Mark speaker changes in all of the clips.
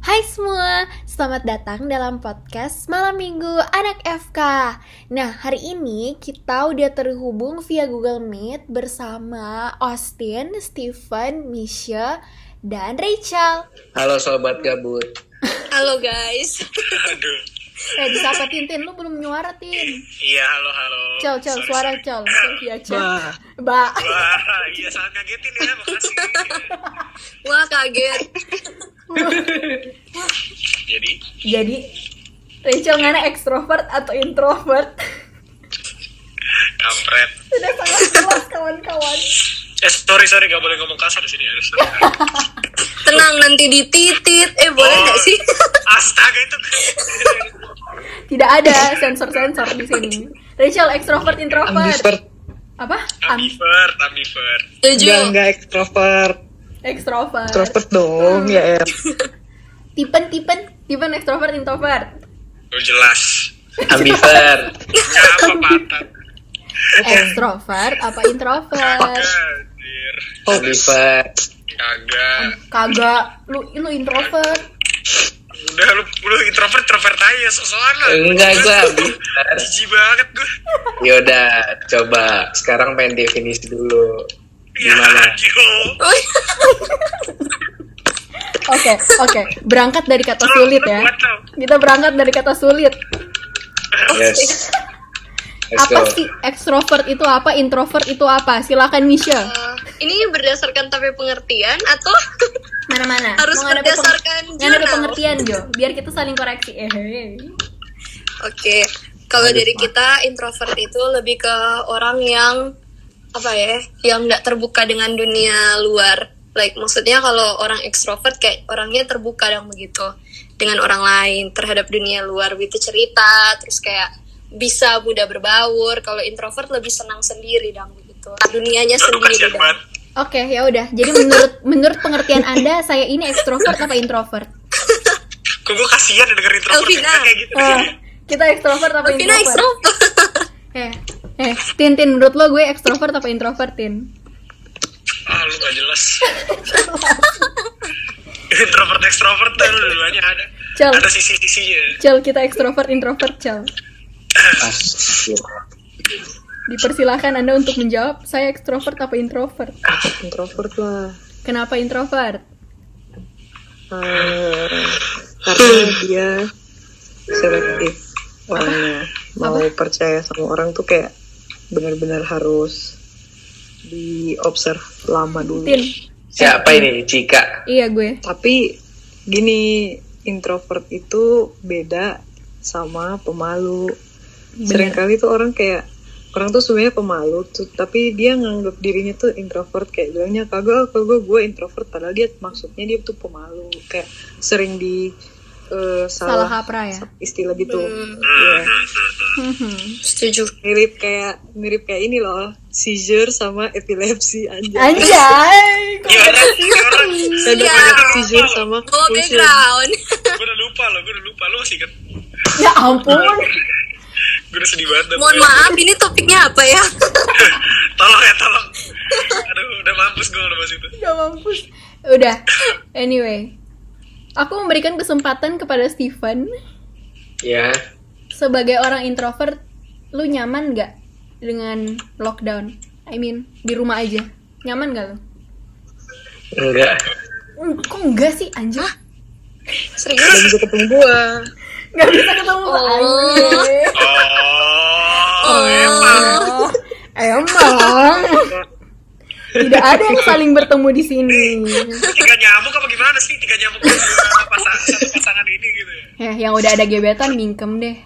Speaker 1: Hai semua, selamat datang dalam podcast Malam Minggu Anak FK. Nah, hari ini kita udah terhubung via Google Meet bersama Austin, Steven, Misha, dan Rachel.
Speaker 2: Halo sobat gabut.
Speaker 3: Halo guys.
Speaker 4: Aduh.
Speaker 1: Eh, disapa Tintin, lu belum nyuara, Tin.
Speaker 4: Iya, halo halo.
Speaker 1: Cel, cel,
Speaker 4: Sorry,
Speaker 1: suara
Speaker 4: sorry.
Speaker 1: cel. Iya, cel.
Speaker 2: Wah,
Speaker 1: Ba.
Speaker 4: Wah, iya sangat ngagetin ya, makasih.
Speaker 3: Wah kaget.
Speaker 4: Jadi,
Speaker 1: Jadi, Rachel ngana ekstrovert atau introvert?
Speaker 4: kampret.
Speaker 1: Sudah sangat jelas, kawan-kawan.
Speaker 4: Eh, sorry sorry gak boleh ngomong kasar di sini ya. sorry.
Speaker 3: Tenang nanti dititit. Eh boleh nggak sih?
Speaker 4: Astaga itu. kan.
Speaker 1: Tidak ada sensor-sensor di sini. Rachel ekstrovert introvert.
Speaker 2: ambivert.
Speaker 1: Apa? Am
Speaker 4: ambivert, ambivert.
Speaker 2: Enggak,
Speaker 3: Setuju.
Speaker 2: enggak ekstrovert.
Speaker 1: ekstrovert.
Speaker 2: Ekstrovert dong, ya El.
Speaker 1: Tipen tipen tipen ekstrovert introvert.
Speaker 4: Oh, jelas.
Speaker 2: Ambivert.
Speaker 4: Ya apa pantat.
Speaker 1: Ekstrovert apa introvert?
Speaker 4: Anjir.
Speaker 2: Ambivert.
Speaker 4: Kagak.
Speaker 1: Kagak. Lu lu introvert.
Speaker 4: Udah lu lu introvert introvert aja sosokan lah.
Speaker 2: Enggak, gue ambivert.
Speaker 4: Jijik banget gue.
Speaker 2: Yaudah, coba. Sekarang pengen definisi dulu.
Speaker 4: Ya,
Speaker 2: Gimana?
Speaker 4: yo.
Speaker 3: Oh, iya.
Speaker 1: Oke, oke. Berangkat dari kata sulit ya. Kita berangkat dari kata sulit.
Speaker 4: Oh, iya.
Speaker 2: Yes. Let's
Speaker 1: Apa
Speaker 2: go.
Speaker 1: sih ekstrovert itu apa? Introvert itu apa? Silakan Misha.
Speaker 3: Eh, ini berdasarkan tapi pengertian atau
Speaker 1: Mana-mana.
Speaker 3: Harus
Speaker 1: Mau nggak ada peng-
Speaker 3: berdasarkan
Speaker 1: nggak ada
Speaker 3: jurnal.
Speaker 1: pengertian, Jo. Biar kita saling koreksi. Eh.
Speaker 3: Oke, kalau dari kita introvert itu lebih ke orang yang apa ya, yang nggak terbuka dengan dunia luar. Like maksudnya kalau orang ekstrovert kayak orangnya terbuka dan begitu dengan orang lain terhadap dunia luar, itu cerita, terus kayak bisa mudah berbaur. Kalau introvert lebih senang sendiri dan begitu, dunianya
Speaker 4: Aduh
Speaker 3: sendiri.
Speaker 4: kasihan banget.
Speaker 3: Dan.
Speaker 1: Oke, ya udah. Jadi menurut menurut pengertian Anda, saya ini ekstrovert apa introvert?
Speaker 4: Kok gue kasihan denger introvert
Speaker 3: Elvina.
Speaker 4: kayak gitu.
Speaker 1: Wah, Oh, kita ekstrovert apa introvert?
Speaker 3: Vina ekstrovert.
Speaker 1: Eh, eh, Tin, Tin, menurut lo gue ekstrovert apa introvert, Tin?
Speaker 4: Ah, lu gak jelas. introvert extrovert tuh lu duanya ada.
Speaker 1: Cel.
Speaker 4: Ada sisi-sisinya.
Speaker 1: Cel, kita ekstrovert, introvert, Cel.
Speaker 2: Astagfirullah.
Speaker 1: Dipersilahkan Anda untuk menjawab, saya ekstrovert apa introvert?
Speaker 5: introvert lah
Speaker 1: Kenapa introvert?
Speaker 5: Eh, karena dia selektif orangnya mau percaya sama orang tuh kayak benar-benar harus diobserv lama dulu
Speaker 1: Tin,
Speaker 2: Siapa ini? Cika.
Speaker 1: iya gue.
Speaker 5: tapi gini introvert itu beda sama pemalu
Speaker 1: Iya.
Speaker 5: seringkali tuh orang kayak orang tuh sebenarnya pemalu tuh, tapi dia nganggap dirinya tuh introvert kayak bilangnya kagak kagak gue introvert padahal dia maksudnya dia tuh pemalu kayak sering di eh,
Speaker 1: Salah
Speaker 5: salah,
Speaker 1: kaprah ya?
Speaker 5: istilah gitu
Speaker 3: Hmm.
Speaker 5: Iya.
Speaker 1: Mhm.
Speaker 3: Setuju.
Speaker 5: mirip kayak mirip kayak ini loh seizure sama epilepsi anjir
Speaker 1: Anjay! kok-
Speaker 4: Gimana?
Speaker 5: ada
Speaker 4: Gimana?
Speaker 3: Iya.
Speaker 5: anak seizure
Speaker 3: Oh
Speaker 5: sama convulsion
Speaker 3: background.
Speaker 4: Gue udah lupa loh, gue udah lupa. Lu masih inget?
Speaker 1: Ya ampun!
Speaker 4: Gue udah sedih banget.
Speaker 3: Mohon maaf, ini topiknya apa ya?
Speaker 4: Tolong ya, tolong. Aduh, udah mampus gue udah bahas itu.
Speaker 1: Ya mampus. Udah, anyway. Aku memberikan kesempatan kepada Steven
Speaker 2: Ya.
Speaker 1: sebagai orang introvert, lu nyaman gak dengan lockdown? I mean, di rumah aja. Nyaman gak lu?
Speaker 2: Enggak.
Speaker 1: Hmm, Kok enggak sih, anjir?
Speaker 3: Serius?
Speaker 5: bisa ketemu gua
Speaker 1: Gak bisa ketemu
Speaker 3: Oh.
Speaker 1: anjir.
Speaker 4: Oh,
Speaker 1: Oh, emang. Tidak ada yang saling bertemu di sini.
Speaker 4: tiga nyamuk apa gimana sih? Tiga nyamuk sama pasangan, satu pasangan ini gitu ya.
Speaker 1: Ya, yang udah ada gebetan mingkem deh.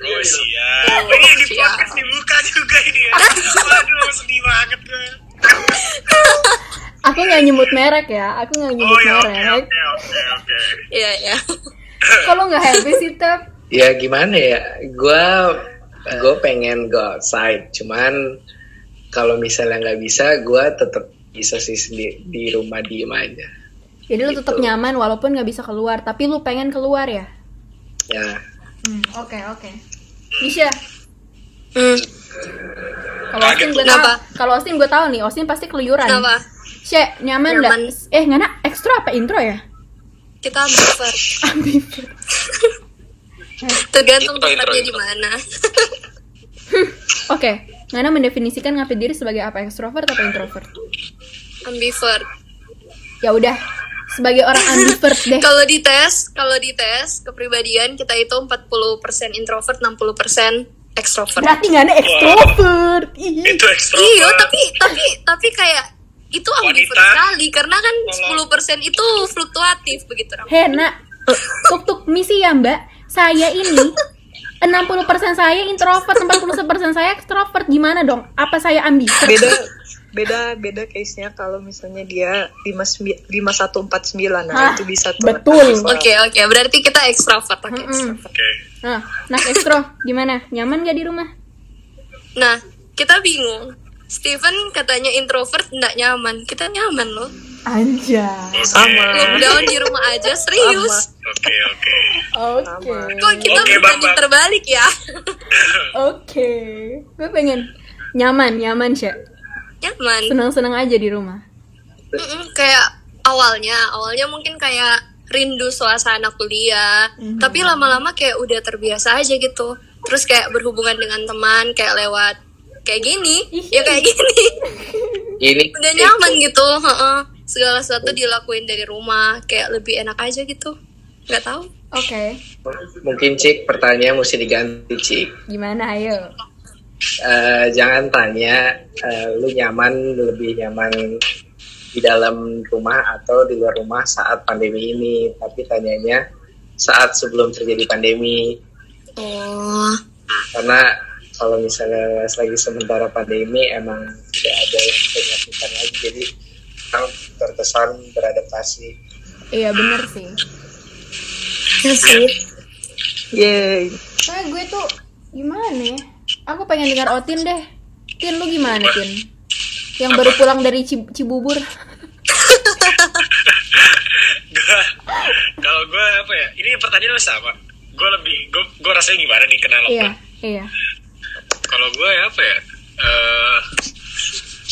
Speaker 4: Oh, siap. Ini yang di podcast dibuka juga ini ya. Waduh, sedih banget gue.
Speaker 1: Aku nggak nyebut merek ya, aku nggak
Speaker 4: Oh
Speaker 1: nyebut
Speaker 4: ya, oke,
Speaker 1: merek.
Speaker 4: oke, oke, oke.
Speaker 3: Iya, iya.
Speaker 1: Kalau nggak happy sih tep.
Speaker 2: Ya gimana ya? Gua gue pengen go outside. Cuman kalau misalnya nggak bisa, gua tetap bisa sih sendiri di rumah diem aja.
Speaker 1: Jadi lu tetap
Speaker 2: Gitu.
Speaker 1: nyaman walaupun nggak bisa keluar, tapi lu pengen keluar ya.
Speaker 2: Ya.
Speaker 1: Hmm, Oke oke. Misha,
Speaker 3: Hmm,
Speaker 1: kalau Austin gue tahu,
Speaker 3: Kenapa?
Speaker 1: kalau Austin gue tahu
Speaker 6: Kan?
Speaker 1: nih, Austin pasti keluyuran.
Speaker 3: kenapa?
Speaker 1: She, nyaman
Speaker 3: Nyaman.
Speaker 1: nggak? Eh, ngana ekstra apa intro ya?
Speaker 3: kita ambivert
Speaker 6: ambivert
Speaker 3: tergantung
Speaker 4: Intro, intro,
Speaker 3: tempatnya
Speaker 4: intro.
Speaker 3: di mana
Speaker 6: oke Ngana mendefinisikan ngapain diri sebagai apa ekstrovert atau introvert
Speaker 3: ambivert
Speaker 6: ya udah sebagai orang ambivert deh
Speaker 3: kalau dites kalau dites kepribadian kita itu 40% introvert 60% extrovert
Speaker 6: berarti Ngana ekstrovert Ih.
Speaker 4: Itu ekstrovert.
Speaker 3: Iya, tapi tapi tapi kayak itu ambivert
Speaker 4: Wanita.
Speaker 3: sekali karena kan 10% itu fluktuatif begitu. Ram.
Speaker 6: Hei nak, tuk tuk misi ya mbak Saya ini 60% saya introvert, 40% saya ekstrovert Gimana dong? Apa saya ambivert?
Speaker 5: beda beda beda case nya kalau misalnya dia lima lima satu empat sembilan
Speaker 6: Hah,
Speaker 5: nah itu bisa tuh aktif.
Speaker 6: betul.
Speaker 3: Oke, oke. Berarti kita ekstrovert, oke.
Speaker 6: Mm-mm.
Speaker 4: Oke.
Speaker 6: Nah, nah ekstro, gimana? Nyaman gak di rumah?
Speaker 3: Nah, kita bingung. Steven katanya introvert nggak nyaman. Kita nyaman loh.
Speaker 6: Anja
Speaker 5: sama
Speaker 4: Hmm.
Speaker 3: Lockdown di rumah aja serius.
Speaker 4: Oke, oke.
Speaker 6: Oke
Speaker 3: Kok kita
Speaker 4: Oke,
Speaker 3: berbanding
Speaker 4: Bambang.
Speaker 3: terbalik ya?
Speaker 6: Oke Gue pengen nyaman, nyaman sih
Speaker 3: nyaman.
Speaker 6: Seneng-seneng aja di rumah
Speaker 3: Ya, Mm-mm, kayak awalnya, awalnya mungkin kayak rindu suasana kuliah, tapi lama-lama kayak udah terbiasa aja gitu. Terus kayak berhubungan dengan teman kayak lewat kayak gini, ya kayak gini.
Speaker 2: Ini
Speaker 3: Udah nyaman gitu, heeh. Segala sesuatu dilakuin dari rumah, kayak lebih enak aja gitu. Nggak tahu.
Speaker 6: Oke
Speaker 2: mungkin Cik pertanyaan mesti diganti Cik.
Speaker 6: Gimana ayo?
Speaker 2: Eh, jangan tanya eh, lu nyaman lebih nyaman di dalam rumah atau di luar rumah saat pandemi ini, tapi tanyanya saat sebelum terjadi pandemi.
Speaker 3: Oh,
Speaker 2: Karena kalau misalnya lagi sementara pandemi emang tidak ada yang bisa dilakukan lagi, jadi orang terkesan beradaptasi.
Speaker 6: Iya bener sih
Speaker 5: Yeay.
Speaker 6: Soalnya gue tuh gimana ya? Aku pengen dengar Otin deh. Tin lu gimana Tin? Yang baru pulang dari Cib- Cibubur.
Speaker 4: Gua- Kalau gue apa ya? Ini pertanyaan masih sama. Gue lebih, gue gue rasanya gimana nih kenal lo?
Speaker 6: iya, iya.
Speaker 4: Kalau gue ya apa ya? Eh,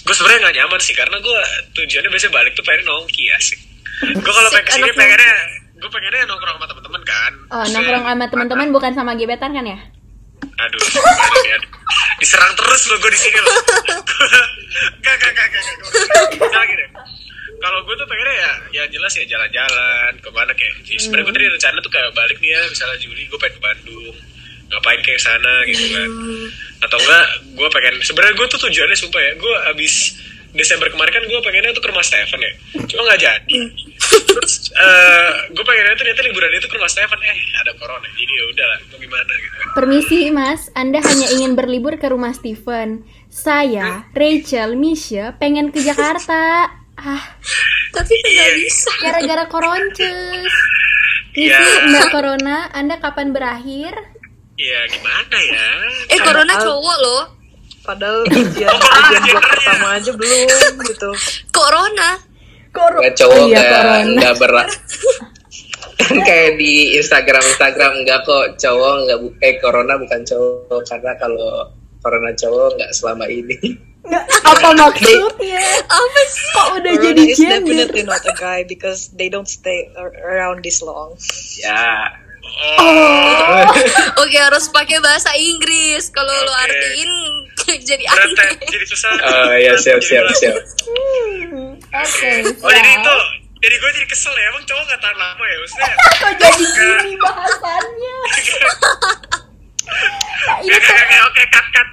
Speaker 4: gue sebenarnya nggak nyaman sih karena gue tujuannya biasanya balik tuh pengen nongki asik. Gue kalau
Speaker 3: Asik,
Speaker 4: pengen kesini
Speaker 3: anak
Speaker 4: pengennya gue pengennya nongkrong sama teman-teman kan.
Speaker 6: Oh,
Speaker 4: Maksudnya-
Speaker 6: nongkrong sama teman-teman bukan sama gebetan kan ya?
Speaker 4: Aduh, gimana nih, aduh. diserang terus lo gue di sini lo. Gak, gak, gak, gak, gak. gini. gitu. Kalau gue tuh pengennya ya, ya jelas ya jalan-jalan kemana kayak. ya Sebenarnya gue tadi rencana tuh kayak balik nih ya, misalnya Juli gue pengen ke Bandung, ngapain kayak sana gitu kan. Atau enggak, gue pengen. Sebenarnya gue tuh tujuannya sumpah ya, gue abis Desember kemarin kan gue pengennya tuh ke rumah Stefan ya, cuma nggak jadi. Terus gue pengennya tuh ternyata liburan itu ke rumah Stefan eh ada corona, jadi ya udahlah, mau gimana gitu. kan.
Speaker 6: Permisi Mas, Anda hanya ingin berlibur ke rumah Steven. Saya, Rachel, Misha pengen ke Jakarta. Ah,
Speaker 3: tapi
Speaker 4: Iya.
Speaker 3: kan nggak bisa.
Speaker 6: gara-gara koronces. Misi,
Speaker 4: Iya.
Speaker 6: Mbak Corona, Anda kapan berakhir?
Speaker 4: Ya gimana ya?
Speaker 3: Eh, corona cowok loh.
Speaker 5: padahal ujian ujian blok pertama aja belum gitu
Speaker 3: Corona.
Speaker 6: Corona.
Speaker 2: Nggak cowok
Speaker 6: iya,
Speaker 2: nggak
Speaker 6: Corona.
Speaker 2: nggak berat. Kan kayak di Instagram Instagram nggak kok cowok nggak bu eh corona bukan cowok karena kalau corona cowok nggak selama ini.
Speaker 6: Nggak, apa maksudnya?
Speaker 3: Apa sih?
Speaker 6: Kok udah
Speaker 5: Corona
Speaker 6: jadi
Speaker 5: is
Speaker 6: gender?
Speaker 5: definitely not a guy because they don't stay ar- around this long
Speaker 2: Ya.
Speaker 4: Oh,
Speaker 6: Oh.
Speaker 3: Oke, harus pakai bahasa Inggris. Kalau lo
Speaker 4: Oke.
Speaker 3: artiin jadi
Speaker 4: Berat ya,
Speaker 3: aneh.
Speaker 4: jadi susah.
Speaker 2: Oh ya
Speaker 6: iya,
Speaker 2: siap siap siap.
Speaker 6: Hmm, Oke.
Speaker 4: Oh jadi
Speaker 6: siap.
Speaker 4: itu, jadi gue jadi kesel ya, emang cowok gak tahan lama ya, maksudnya
Speaker 6: Kok jadi gini bahasannya? Nah,
Speaker 4: Gak,
Speaker 6: itu
Speaker 4: gak, gak, oke, cut, cut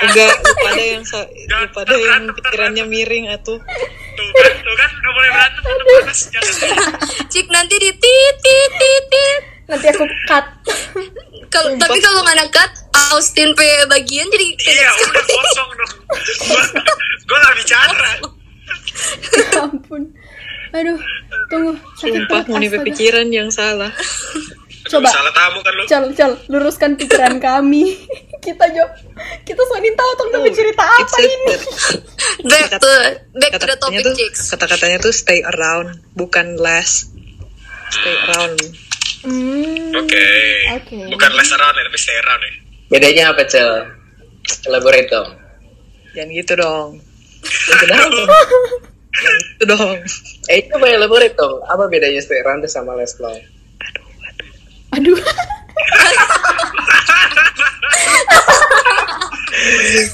Speaker 5: enggak lu pada yang sa- lu pada yang pikirannya miring atau
Speaker 4: Tuh kan, tuh kan, gak boleh berantem, udah panas, jangan
Speaker 3: Cik nanti di tit tit tit tit.
Speaker 6: nanti aku cut.
Speaker 3: Kalau tapi kalau nggak nekat, Austin P bagian jadi
Speaker 4: Iya, udah kosong dong Gue gak bicara
Speaker 6: Ya ampun. Aduh, tunggu. Sakit
Speaker 5: sumpah
Speaker 6: perut.
Speaker 5: mau
Speaker 6: astaga.
Speaker 5: pikiran yang salah
Speaker 6: Coba.
Speaker 4: Salah tamu kan lu
Speaker 6: Cal, cal, luruskan pikiran kami. kita jawab, kita soalin tahu tentang
Speaker 5: Oh,
Speaker 6: oh, cerita apa
Speaker 5: it's a-
Speaker 6: ini.
Speaker 3: back to back to the
Speaker 5: kata-katanya
Speaker 3: topic
Speaker 5: tuh
Speaker 3: chicks.
Speaker 5: kata-katanya tuh stay around bukan last stay around
Speaker 6: Hmm,
Speaker 4: Oke
Speaker 6: Oke.
Speaker 4: Bukan less around ya, tapi stay around ya
Speaker 2: Bedanya apa cel? Elaborate dong.
Speaker 5: jangan gitu dong
Speaker 2: Ya, kenapa?
Speaker 5: itu dong
Speaker 2: Eh, coba elaborate dong. Apa bedanya stay run sama last long?
Speaker 6: Aduh.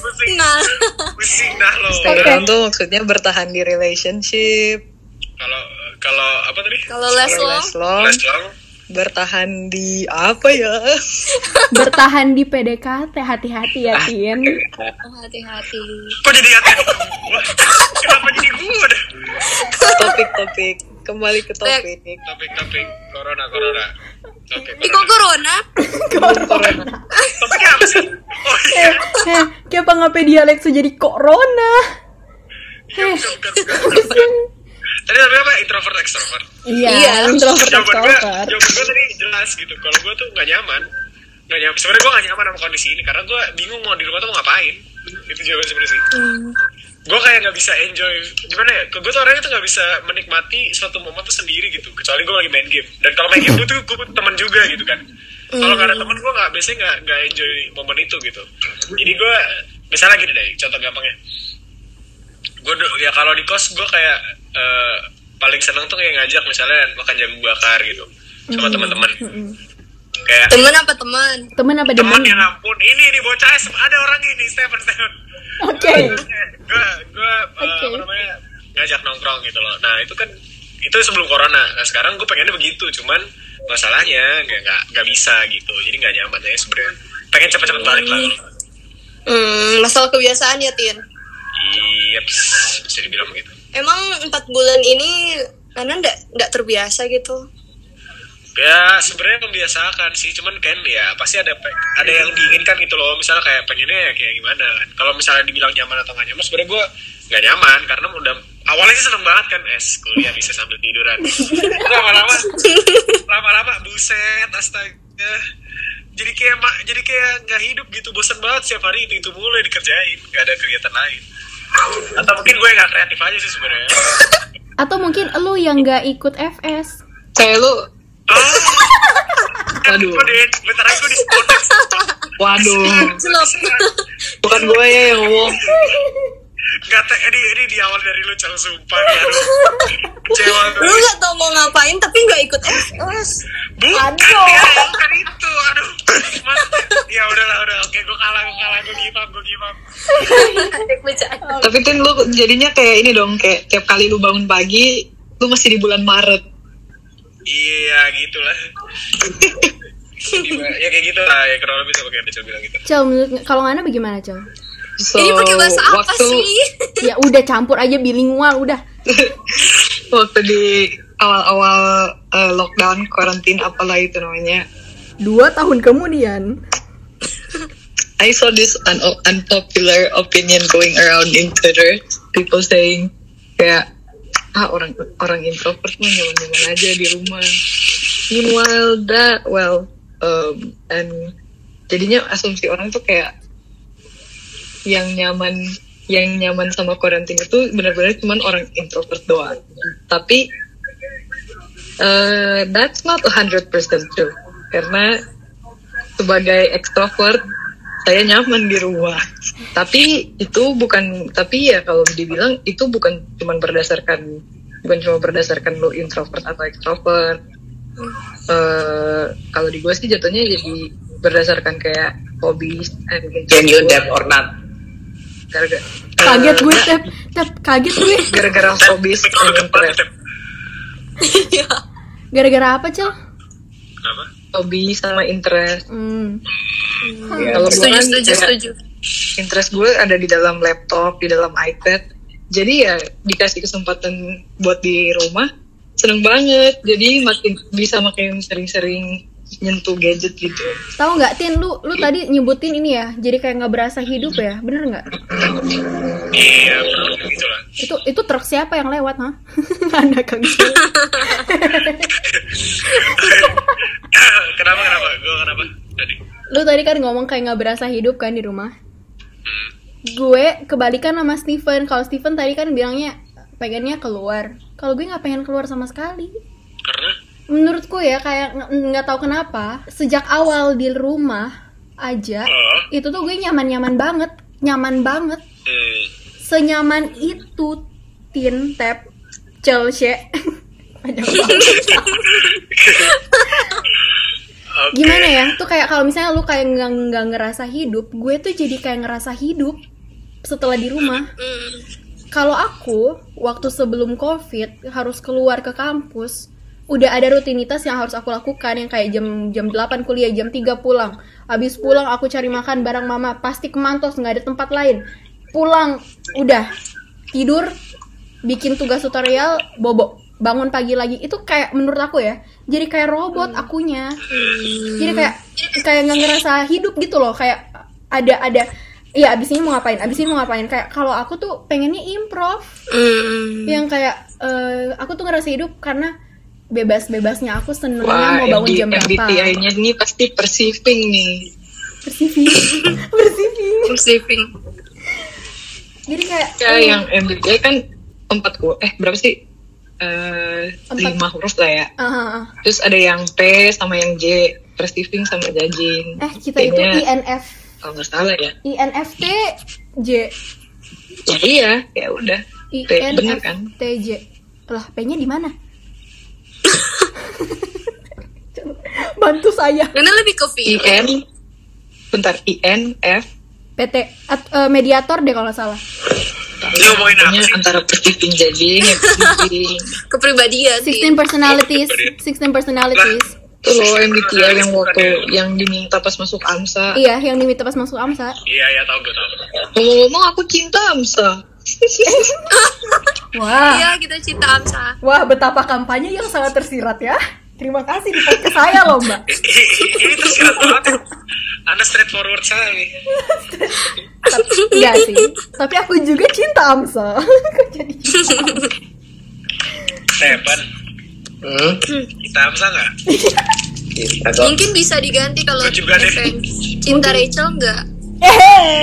Speaker 4: pusing
Speaker 3: Nah,
Speaker 4: pusing dah lo
Speaker 5: stay
Speaker 6: Oke.
Speaker 5: around tuh maksudnya bertahan di relationship
Speaker 4: kalau kalau apa tadi
Speaker 3: kalau last
Speaker 5: Kalau
Speaker 3: long,
Speaker 5: last long
Speaker 4: last long
Speaker 5: bertahan di apa ya
Speaker 6: Bertahan di PDKT hati-hati
Speaker 3: Ah.
Speaker 6: ya, Tin.
Speaker 3: oh, hati-hati.
Speaker 4: kok jadi hati Wah, kenapa jadi gue dah
Speaker 5: topik-topik kembali ke topik
Speaker 4: topik topik corona corona Oke,
Speaker 3: Di kok
Speaker 4: corona.
Speaker 3: corona?
Speaker 5: corona
Speaker 4: topiknya apa sih oh iya
Speaker 6: Eh, eh, kenapa ngapain dialeksu jadi corona? eh.
Speaker 4: iya bukan bukan bukan tadi tadi apa introvert extrovert
Speaker 6: Iya,
Speaker 3: Iya.
Speaker 6: introvert
Speaker 4: jawaban gue
Speaker 6: extrovert.
Speaker 4: jawaban gue tadi jelas gitu kalau gue tuh nggak nyaman nggak nyaman sebenarnya gue nggak nyaman sama kondisi ini karena gue bingung mau di rumah tuh mau ngapain itu jawaban sebenarnya sih gue kayak nggak bisa enjoy gimana ya gue tuh orangnya tuh nggak bisa menikmati suatu momen tuh sendiri gitu kecuali gue lagi main game dan kalau main game tuh gue butuh teman juga gitu kan kalau nggak ada teman gue nggak biasanya nggak nggak enjoy momen itu gitu jadi gue misalnya gini deh contoh gampangnya gue ya kalau di kos gue kayak eh, paling seneng tuh kayak ngajak misalnya makan jamu bakar gitu sama teman-teman kayak
Speaker 3: Temen apa teman?
Speaker 6: Temen apa
Speaker 4: teman
Speaker 6: demen?
Speaker 3: ya.
Speaker 4: yang ampun ini nih bocah SM, ada orang ini Stephen Stephen
Speaker 6: Oke.
Speaker 4: gue gue
Speaker 6: Oke.
Speaker 4: eh, apa namanya ngajak nongkrong gitu loh nah itu kan itu sebelum corona nah sekarang gue pengennya begitu cuman masalahnya nggak nggak nggak bisa gitu jadi nggak nyaman ya sebenarnya pengen cepet-cepet balik lah kalau-
Speaker 3: Hmm, masalah kebiasaan ya, Tin.
Speaker 4: iya pss, bisa dibilang begitu
Speaker 3: Emang empat bulan ini karena ndak ndak terbiasa gitu.
Speaker 4: ya sebenarnya membiasakan sih cuman kan ya pasti ada pe- ada yang diinginkan gitu loh misalnya kayak pengennya ya kayak gimana kan kalau misalnya dibilang nyaman atau nggak nyaman sebenarnya gue nggak nyaman karena udah awalnya sih seneng banget kan es kuliah bisa sambil tiduran lama-lama lama-lama buset astaga jadi kayak ma- jadi kayak nggak hidup gitu bosan banget setiap hari itu itu mulai dikerjain nggak ada kegiatan lain atau mungkin gue nggak kreatif aja sih sebenarnya
Speaker 6: Atau mungkin lu yang nggak ikut FS.
Speaker 5: kayak lu
Speaker 4: Ah,
Speaker 5: Waduh.
Speaker 4: gue di- bentar lagi gue di
Speaker 5: waduh
Speaker 3: Jelas.
Speaker 5: bukan gue ya yang ngomong
Speaker 4: Gak teh, ini, ini di awal dari lu cal sumpah ya aduh. Kecewa
Speaker 3: Lu
Speaker 4: gue.
Speaker 3: nggak tau mau ngapain tapi nggak ikut FS.
Speaker 4: Bukan
Speaker 6: Aduh.
Speaker 4: ya, bukan itu, aduh. Mas, ya udahlah, udah, oke, gue kalah, gue kalah, gue give up, gue give up.
Speaker 3: Oh,
Speaker 5: tapi tin lu jadinya kayak ini dong kayak tiap kali lu bangun pagi lu masih di bulan Maret
Speaker 4: Iya, gitulah. ya kayak gitu lah, ya kurang lebih sama kayak Decil bilang gitu.
Speaker 6: Cel, menurut kalau Ngana bagaimana, Cel?
Speaker 5: so,
Speaker 3: Ini pakai bahasa apa
Speaker 5: waktu
Speaker 3: sih?
Speaker 6: Ya udah campur aja bilingual udah.
Speaker 5: waktu di awal-awal eh, lockdown karantina apalah itu namanya
Speaker 6: Dua tahun kemudian.
Speaker 5: I saw this un unpopular opinion going around in Twitter. People saying kayak ah orang orang introvert mah nyaman-nyaman aja di rumah. Meanwhile that well um, and jadinya asumsi orang tuh kayak yang nyaman yang nyaman sama karantina itu benar-benar cuman orang introvert doang. Tapi eh, that's not 100% true karena sebagai ekstrovert saya nyaman di rumah tapi itu bukan tapi ya kalau dibilang itu bukan cuman berdasarkan bukan cuma berdasarkan lo introvert atau ekstrovert Eh, kalau di gue sih jatuhnya jadi berdasarkan kayak hobbies and
Speaker 2: Can you adapt or not?
Speaker 5: gara-gara
Speaker 6: Kaget gue, Tep. Tep, kaget gue.
Speaker 5: gara-gara hobbies
Speaker 4: Tapi kalau
Speaker 5: and
Speaker 4: depan,
Speaker 5: interest
Speaker 4: tetep.
Speaker 3: Iya.
Speaker 6: Gara-gara apa, Cel?
Speaker 4: Kenapa?
Speaker 5: hobi sama interest
Speaker 6: Hmm.
Speaker 2: Ya,
Speaker 5: Kalau
Speaker 3: Iya, Setuju,
Speaker 5: Bukan,
Speaker 3: setuju,
Speaker 5: ya.
Speaker 3: setuju.
Speaker 5: interest gue ada di dalam laptop, di dalam iPad. Jadi ya dikasih kesempatan buat di rumah, seneng banget. Jadi makin bisa makin sering-sering nyentuh gadget gitu.
Speaker 6: Tahu nggak, Tin? Lu lu tadi nyebutin ini ya. Jadi kayak nggak berasa hidup ya. Bener nggak?
Speaker 4: Iya, kurang lebih gitu lah.
Speaker 6: Itu itu truk siapa yang lewat, ha? Ada Kang Cel.
Speaker 4: kenapa, kenapa? Gue kenapa? Tadi.
Speaker 6: Lu tadi kan ngomong kayak nggak berasa hidup kan di rumah.
Speaker 3: Hmm.
Speaker 6: Gue kebalikan sama Steven. Kalau Steven tadi kan bilangnya pengennya keluar. Kalau gue nggak pengen keluar sama sekali.
Speaker 4: Karena?
Speaker 6: menurutku ya kayak nge- nggak tahu kenapa sejak awal di rumah aja
Speaker 4: Oh.
Speaker 6: itu tuh gue nyaman nyaman banget nyaman banget
Speaker 4: Hmm.
Speaker 6: senyaman itu tin tap Chelsea.
Speaker 4: Oke.
Speaker 6: Gimana ya? Tuh kayak kalau misalnya lu kayak nggak nggak ngerasa hidup, gue tuh jadi kayak ngerasa hidup setelah di rumah.
Speaker 3: Hmm.
Speaker 6: Kalau aku waktu sebelum COVID harus keluar ke kampus, udah ada rutinitas yang harus aku lakukan yang kayak jam jam 8 kuliah, jam 3 pulang. Habis pulang aku cari makan bareng mama, pasti ke Mantos, nggak ada tempat lain. Pulang udah tidur, bikin tugas tutorial, bobo. Bangun pagi lagi itu kayak menurut aku ya, jadi kayak robot akunya jadi kayak kayak nggak ngerasa hidup gitu loh kayak ada ada ya abis ini mau ngapain abis ini mau ngapain kayak kalau aku tuh pengennya improv
Speaker 3: Hmm.
Speaker 6: yang kayak eh, aku tuh ngerasa hidup karena bebas-bebasnya aku senengnya
Speaker 5: Wah,
Speaker 6: mau bangun jam berapa
Speaker 5: MBTI-nya ini pasti perceiving nih.
Speaker 6: bersiving bersiving
Speaker 3: Sleeping.
Speaker 6: jadi kayak
Speaker 5: Ya,
Speaker 6: eh,
Speaker 5: yang MBTI kan empat ku, eh berapa sih? Eh,
Speaker 6: Empat.
Speaker 5: lima huruf lah ya.
Speaker 6: ah, ah, ah.
Speaker 5: Terus ada yang P sama yang J, perceiving sama judging.
Speaker 6: eh kita itu
Speaker 5: Kayaknya,
Speaker 6: INF
Speaker 5: Kalau nggak salah ya.
Speaker 6: INFT J
Speaker 5: Ya iya, ya udah. P, bener kan?
Speaker 6: INFT J lah P-nya di mana bantu saya
Speaker 3: Karena lebih ke feel.
Speaker 5: IN, bentar, IN, F,
Speaker 6: PT at- eh, mediator deh kalau nggak salah.
Speaker 4: Lu ngomongin apa
Speaker 5: Pokoknya
Speaker 4: sih?
Speaker 5: antara perceiving judging, ya perceiving.
Speaker 3: Kepribadian sih.
Speaker 6: 16 personalities, 16 personalities.
Speaker 5: Itu loh MBTI ya, yang waktu yang diminta pas masuk AMSA.
Speaker 6: Iya, yang diminta pas masuk AMSA.
Speaker 4: Iya, iya, tau gue, tau.
Speaker 5: Ngomong-ngomong aku cinta AMSA.
Speaker 6: Wah.
Speaker 3: Iya, kita cinta Amsa.
Speaker 6: Wah, betapa kampanye yang sangat tersirat ya. Terima kasih di podcast saya loh, Mbak.
Speaker 4: Ini terus banget. Anda straightforward saya nih.
Speaker 6: Tapi, enggak Iya sih. Tapi aku juga cinta AMSA. Kok Jadi
Speaker 4: Teban.
Speaker 2: Hmm,
Speaker 4: Kita Hamsa nggak?
Speaker 2: kita dong.
Speaker 3: Mungkin bisa diganti kalau
Speaker 4: Gua juga deh.
Speaker 3: Frank. cinta Rachel enggak?
Speaker 6: eh,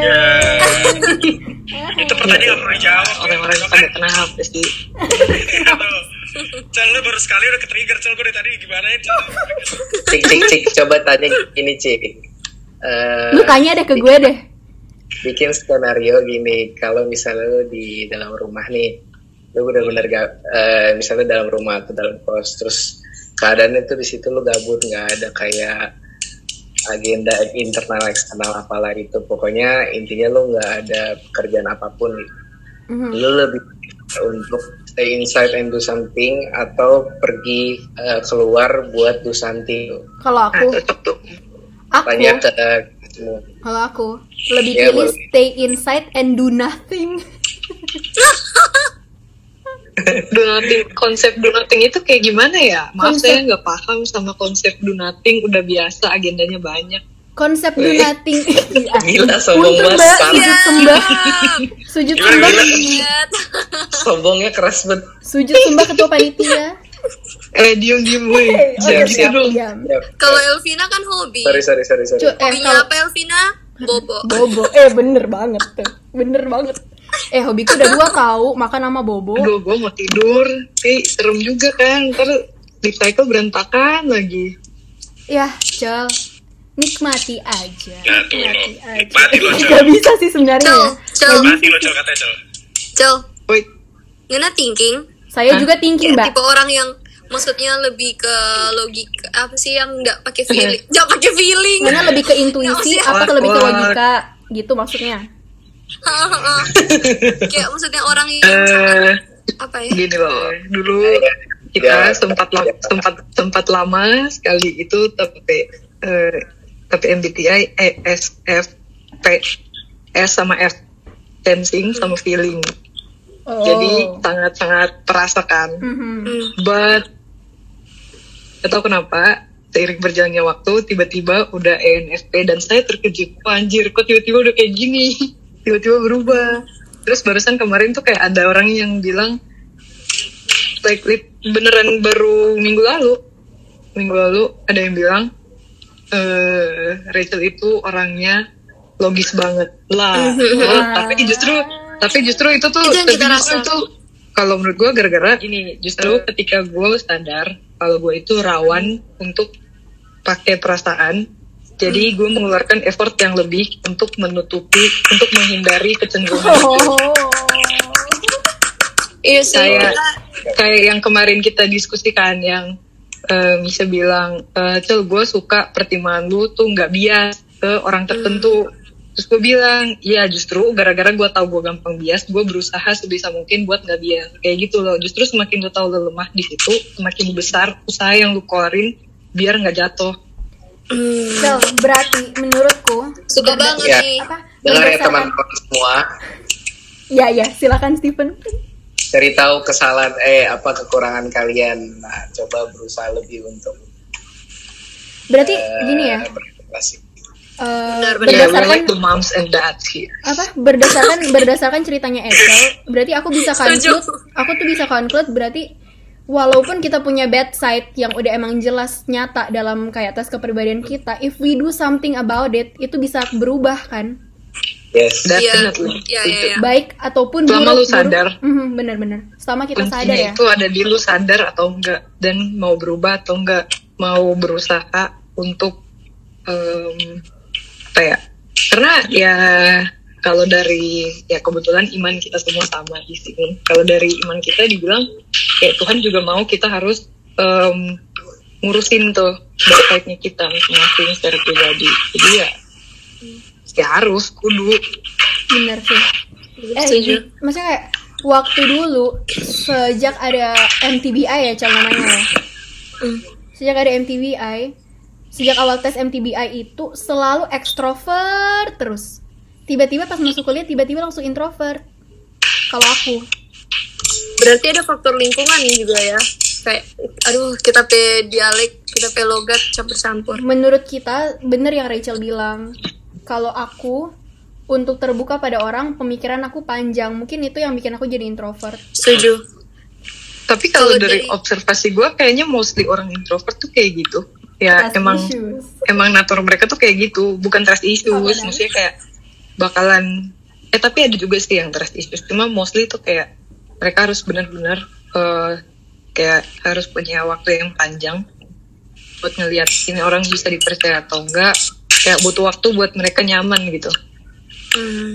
Speaker 4: Iya. Itu pertanyaan nggak pernah dijawab.
Speaker 5: Orang-orang
Speaker 4: Kan-
Speaker 5: pada kena HP sih.
Speaker 4: Cel, lu baru sekali udah ketrigger. Cel, gue dari tadi gimana ya? Cel?
Speaker 2: Cik, cik, cik, coba tanya gini, cik. Eh,
Speaker 6: lu tanya deh ke gue deh.
Speaker 2: bikin skenario gini, kalau misalnya lu di dalam rumah nih, lu bener-bener gak, eh, misalnya dalam rumah atau dalam kos, terus keadaannya tuh di situ lu gabut, nggak ada kayak agenda internal eksternal apalah itu pokoknya intinya lu nggak ada pekerjaan apapun
Speaker 6: Mhm.
Speaker 2: lu lebih untuk stay inside and do something atau pergi eh, keluar buat do something
Speaker 6: Kalau aku,
Speaker 5: Nah, Cocok tuh.
Speaker 6: aku
Speaker 2: tanya ke semua
Speaker 6: kalau aku
Speaker 5: Ya,
Speaker 6: lebih
Speaker 2: Iya,
Speaker 6: pilih
Speaker 2: boleh.
Speaker 6: stay inside and do nothing.
Speaker 5: do nothing konsep do nothing itu kayak gimana ya maaf
Speaker 6: Konsep-
Speaker 5: saya nggak paham sama konsep do nothing udah biasa agendanya banyak
Speaker 6: Konsep do nothing. Iya.
Speaker 2: Gila, sombong
Speaker 6: Untung,
Speaker 2: banget,
Speaker 6: Mbak.
Speaker 2: Sam.
Speaker 6: Sujud sembah. Ah, Sujud
Speaker 4: Gimana,
Speaker 6: sembah.
Speaker 4: gimana?
Speaker 3: Lihat.
Speaker 2: sombongnya keras banget
Speaker 6: Sujud sembah ketua panitia.
Speaker 5: eh diem diem woi
Speaker 6: Oh, iya,
Speaker 5: siap siap
Speaker 6: siap,
Speaker 5: dong
Speaker 6: diam.
Speaker 2: Ya,
Speaker 3: Kalau Elvina kan hobi.
Speaker 2: sorry sorry sorry sorry
Speaker 6: Cu, eh,
Speaker 3: Hobinya
Speaker 6: kalau
Speaker 3: apa Elvina? Bobo.
Speaker 6: bobo, eh bener banget tuh, bener banget. Eh hobiku udah dua tahu makan sama bobo.
Speaker 5: aduh gue mau tidur eh serem juga kan ntar di cycle berantakan lagi
Speaker 6: Yah, cel, nikmati aja.
Speaker 4: Ya, tuh,
Speaker 6: Nikmati
Speaker 4: lo. Nikmati lo,
Speaker 6: aja.
Speaker 4: Cel.
Speaker 6: Gak bisa sih sebenarnya.
Speaker 3: Cel,
Speaker 6: ya.
Speaker 3: Cel,
Speaker 4: Mati lo, Cel, katanya, Cel.
Speaker 3: Cel.
Speaker 5: woi
Speaker 3: Ngena thinking.
Speaker 6: Saya juga thinking, mbak.
Speaker 3: Tipe orang yang maksudnya lebih ke logika apa sih yang nggak pakai feeling nggak pakai feeling
Speaker 6: Karena lebih ke intuisi,
Speaker 3: Ya,
Speaker 6: apa
Speaker 5: siap.
Speaker 6: ke lebih ke
Speaker 5: Wah.
Speaker 6: logika gitu maksudnya.
Speaker 3: kayak maksudnya orang yang
Speaker 5: eh
Speaker 3: apa ya
Speaker 5: gini loh dulu
Speaker 2: Ya.
Speaker 5: kita sempat la- sempat sempat lama sekali itu tapi eh, tapi MBTI E, S F P S sama F sensing sama feeling
Speaker 6: Oh.
Speaker 5: jadi kan. sangat sangat merasakan
Speaker 6: Mhm.
Speaker 3: Hmm.
Speaker 5: but gak tahu kenapa seiring berjalannya waktu tiba-tiba udah E ENFP dan saya terkejut "Wah, anjir kok tiba-tiba udah kayak gini tiba-tiba berubah terus barusan kemarin tuh kayak ada orang yang bilang like lit- beneran baru minggu lalu minggu lalu ada yang bilang eh Rachel itu orangnya logis banget lah Oh, tapi justru tapi justru itu tuh
Speaker 3: Itu yang
Speaker 5: tapi
Speaker 3: kita
Speaker 5: justru
Speaker 3: rasa.
Speaker 5: itu kalau menurut gue gara-gara Eh. ini justru ketika gue sadar kalau gue itu rawan untuk pakai perasaan jadi gue mengeluarkan effort yang lebih untuk menutupi untuk menghindari kecenderungan itu.
Speaker 6: Oh.
Speaker 3: Iya sih.
Speaker 5: kayak
Speaker 3: kita-
Speaker 5: kayak yang kemarin kita diskusikan yang eh, bisa bilang eh, cel gue suka pertimbangan lu tuh nggak bias ke orang tertentu terus gue bilang ya justru gara-gara gue tahu gue gampang bias gue berusaha sebisa mungkin buat nggak bias kayak gitu loh justru semakin lu tahu lu lemah di situ semakin besar usaha yang lu keluarin biar nggak jatuh
Speaker 3: Hmm.
Speaker 6: Bel, berarti menurutku
Speaker 3: Suka banget
Speaker 2: Iya.
Speaker 3: nih.
Speaker 6: apa?
Speaker 2: Dengar ya
Speaker 6: berdasarkan-
Speaker 2: teman-teman semua,
Speaker 6: Iya, iya, silakan Steven.
Speaker 2: cari tahu kesalahan eh apa kekurangan kalian. Nah, coba berusaha lebih untuk
Speaker 6: Berarti
Speaker 2: eh,
Speaker 6: gini ya.
Speaker 2: berprestasi.
Speaker 6: eh,
Speaker 3: Benar, Iya, benar.
Speaker 5: yeah, we're
Speaker 6: berdasarkan
Speaker 5: Iya, like the moms and dads here
Speaker 6: apa berdasarkan berdasarkan ceritanya Ethel berarti aku bisa
Speaker 3: Setuju.
Speaker 6: conclude aku tuh bisa conclude berarti walaupun kita punya bad side yang udah emang jelas nyata dalam kayak tes kepribadian kita if we do something about it itu bisa berubah kan
Speaker 2: Yes.
Speaker 5: Dan-
Speaker 3: Iya,
Speaker 5: Definitely.
Speaker 3: iya, iya. iya.
Speaker 6: baik ataupun
Speaker 5: Selama
Speaker 6: buruk-
Speaker 5: lu sadar.
Speaker 6: buruk. Mhm, bener-bener selama kita sadar
Speaker 5: Kuncinya
Speaker 6: ya
Speaker 5: itu ada di lu sadar atau enggak dan mau berubah atau enggak mau berusaha untuk em, apa ya karena ya kalau dari ya kebetulan iman kita semua sama di sini kalau dari iman kita dibilang ya Tuhan juga mau kita harus em, ngurusin tuh baik-baiknya kita masing-masing secara pribadi jadi ya ya harus kudu
Speaker 6: bener sih eh
Speaker 3: Setuju.
Speaker 6: maksudnya kayak waktu dulu sejak ada MTBI ya Cal, namanya ya
Speaker 3: Hmm.
Speaker 6: sejak ada MTBI sejak awal tes MTBI itu selalu ekstrovert terus tiba-tiba pas masuk kuliah tiba-tiba langsung introvert kalau aku
Speaker 3: Berarti ada faktor lingkungan juga ya. Kayak, aduh, kita pe dialek, kita pe logat campur-campur.
Speaker 6: menurut kita bener yang Rachel bilang kalau aku untuk terbuka pada orang pemikiran aku panjang mungkin itu yang bikin aku jadi introvert
Speaker 3: Setuju.
Speaker 5: Tapi kalau
Speaker 3: Kalau
Speaker 5: dari
Speaker 3: dari-
Speaker 5: observasi gue kayaknya mostly orang introvert tuh kayak gitu. Ya
Speaker 6: Trust
Speaker 5: emang
Speaker 6: issues.
Speaker 5: emang natur mereka tuh kayak gitu, bukan trust issues,
Speaker 6: Oh, benar.
Speaker 5: maksudnya kayak bakalan eh tapi ada juga sih yang trust issues, cuma mostly tuh kayak mereka harus benar-benar eh, kayak harus punya waktu yang panjang buat ngeliat ini orang bisa dipercaya atau enggak kayak butuh waktu buat mereka nyaman gitu
Speaker 3: Hmm.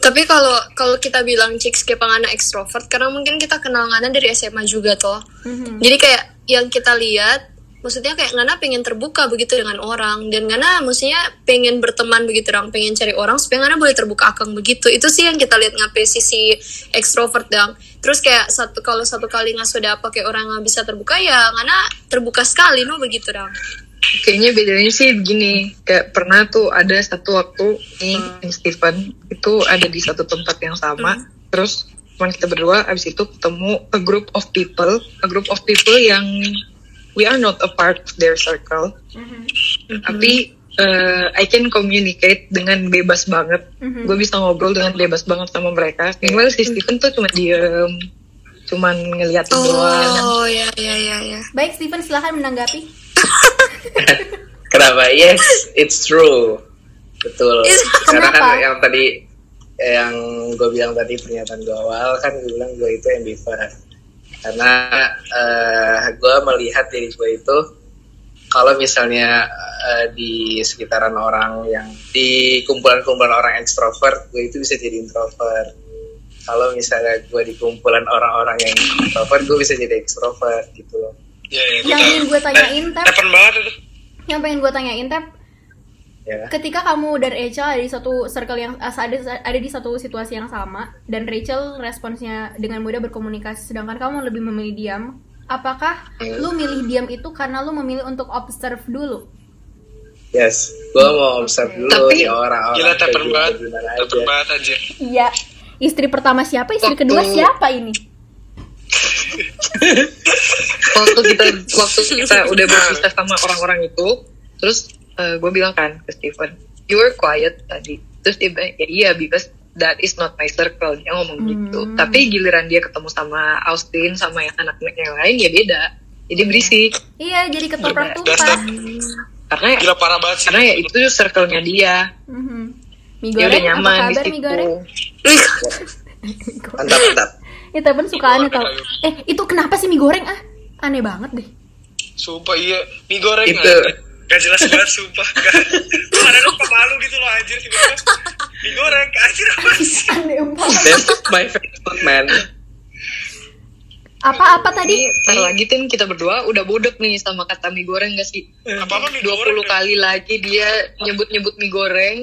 Speaker 3: Tapi kalau kalau kita bilang chicks kayak pengana ekstrovert karena mungkin kita kenal ngana dari SMA juga toh.
Speaker 6: Mhm.
Speaker 3: Jadi kayak yang kita lihat maksudnya kayak ngana pengen terbuka begitu dengan orang dan ngana maksudnya pengen berteman begitu orang pengen cari orang supaya ngana boleh terbuka akang begitu itu sih yang kita lihat ngape sisi ekstrovert dong terus kayak satu kalau satu kali nggak sudah apa kayak orang nggak bisa terbuka ya ngana terbuka sekali no begitu dong
Speaker 5: Kayaknya bedanya sih begini, kayak pernah tuh ada satu waktu nih Steven itu ada di satu tempat yang sama, terus cuman kita berdua abis itu ketemu a group of people, a group of people yang we are not a part of their circle, tapi eh, I can communicate dengan bebas banget,
Speaker 6: Mhm.
Speaker 5: gue bisa ngobrol dengan bebas banget sama mereka. Minimal si Steven tuh cuma diem, cuman ngeliatin
Speaker 3: oh
Speaker 5: doang.
Speaker 3: ya ya ya ya
Speaker 6: baik Steven silahkan menanggapi
Speaker 2: Kenapa? Yes, it's true. Betul.
Speaker 3: Is-
Speaker 2: Karena kan
Speaker 6: Kenapa?
Speaker 2: yang tadi yang gue bilang tadi pernyataan gue awal kan gue bilang gue itu ambivert karena gue melihat diri gue itu kalau misalnya eh, di sekitaran orang yang di kumpulan-kumpulan orang ekstrovert gue itu bisa jadi introvert kalau misalnya gue di kumpulan orang-orang yang introvert gue bisa jadi ekstrovert gitu loh
Speaker 4: Iya, iya,
Speaker 6: yang
Speaker 4: tahu.
Speaker 6: ingin gue tanyain Tep
Speaker 4: Depan banget itu.
Speaker 6: yang pengen gue tanyain Tep
Speaker 2: ya
Speaker 6: ketika kamu dan Rachel ada di satu circle yang eh, ada ada di satu situasi yang sama dan Rachel responsnya dengan mudah berkomunikasi sedangkan kamu lebih memilih diam apakah
Speaker 5: Eh.
Speaker 6: lu milih diam itu karena lu memilih untuk observe dulu
Speaker 2: Yes, gue mau observe dulu nih
Speaker 5: Tapi-
Speaker 2: orang-orang
Speaker 4: Gila,
Speaker 2: kayak
Speaker 4: tepen
Speaker 2: gitu,
Speaker 4: banget.
Speaker 2: gimana
Speaker 4: Tepen
Speaker 2: aja.
Speaker 4: banget aja.
Speaker 6: iya istri pertama siapa istri kedua
Speaker 5: Waktu-
Speaker 6: siapa ini
Speaker 5: waktu kita waktu kita udah berpisah sama orang-orang itu terus gue bilang kan ke Steven you were quiet tadi terus dia bilang ya iya because that is not my circle dia ngomong gitu
Speaker 6: Hmm.
Speaker 5: tapi giliran dia ketemu sama Austin sama yang anak yang lain ya beda jadi berisik
Speaker 6: iya jadi ketoprak
Speaker 4: Dasar.
Speaker 6: tumpah
Speaker 5: karena
Speaker 4: Gila parah banget sih.
Speaker 5: karena ya itu circle-nya dia
Speaker 6: Mhm. mie
Speaker 5: dia udah
Speaker 6: goreng apa
Speaker 5: nyaman di
Speaker 6: kabar mie
Speaker 5: situ
Speaker 6: goreng
Speaker 2: Mantap, mantap.
Speaker 6: ya tapi suka aneh
Speaker 5: Iya,
Speaker 4: goreng
Speaker 6: tau
Speaker 5: gitu.
Speaker 6: eh itu kenapa sih mie goreng ah aneh banget deh
Speaker 4: Sumpah iya, mie goreng
Speaker 2: Itu.
Speaker 4: anjir. Gak jelas banget sumpah. Gak. Ada lu pemalu gitu loh anjir tiba-tiba. Mie goreng anjir apa sih?
Speaker 6: aneh banget
Speaker 2: That's my favorite man.
Speaker 6: Apa apa tadi?
Speaker 5: Ini ntar lagi Tin kita berdua udah bodek nih sama kata mie goreng gak sih?
Speaker 4: Apa-apa Eh, mie
Speaker 5: 20
Speaker 4: goreng? ya?
Speaker 5: kali lagi dia nyebut-nyebut mie goreng.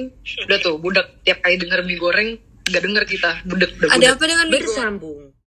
Speaker 5: Udah tuh budek tiap kali denger mie goreng gak denger kita budek udah
Speaker 3: Ada
Speaker 5: budek.
Speaker 3: apa dengan mie goreng?
Speaker 7: Bersambung.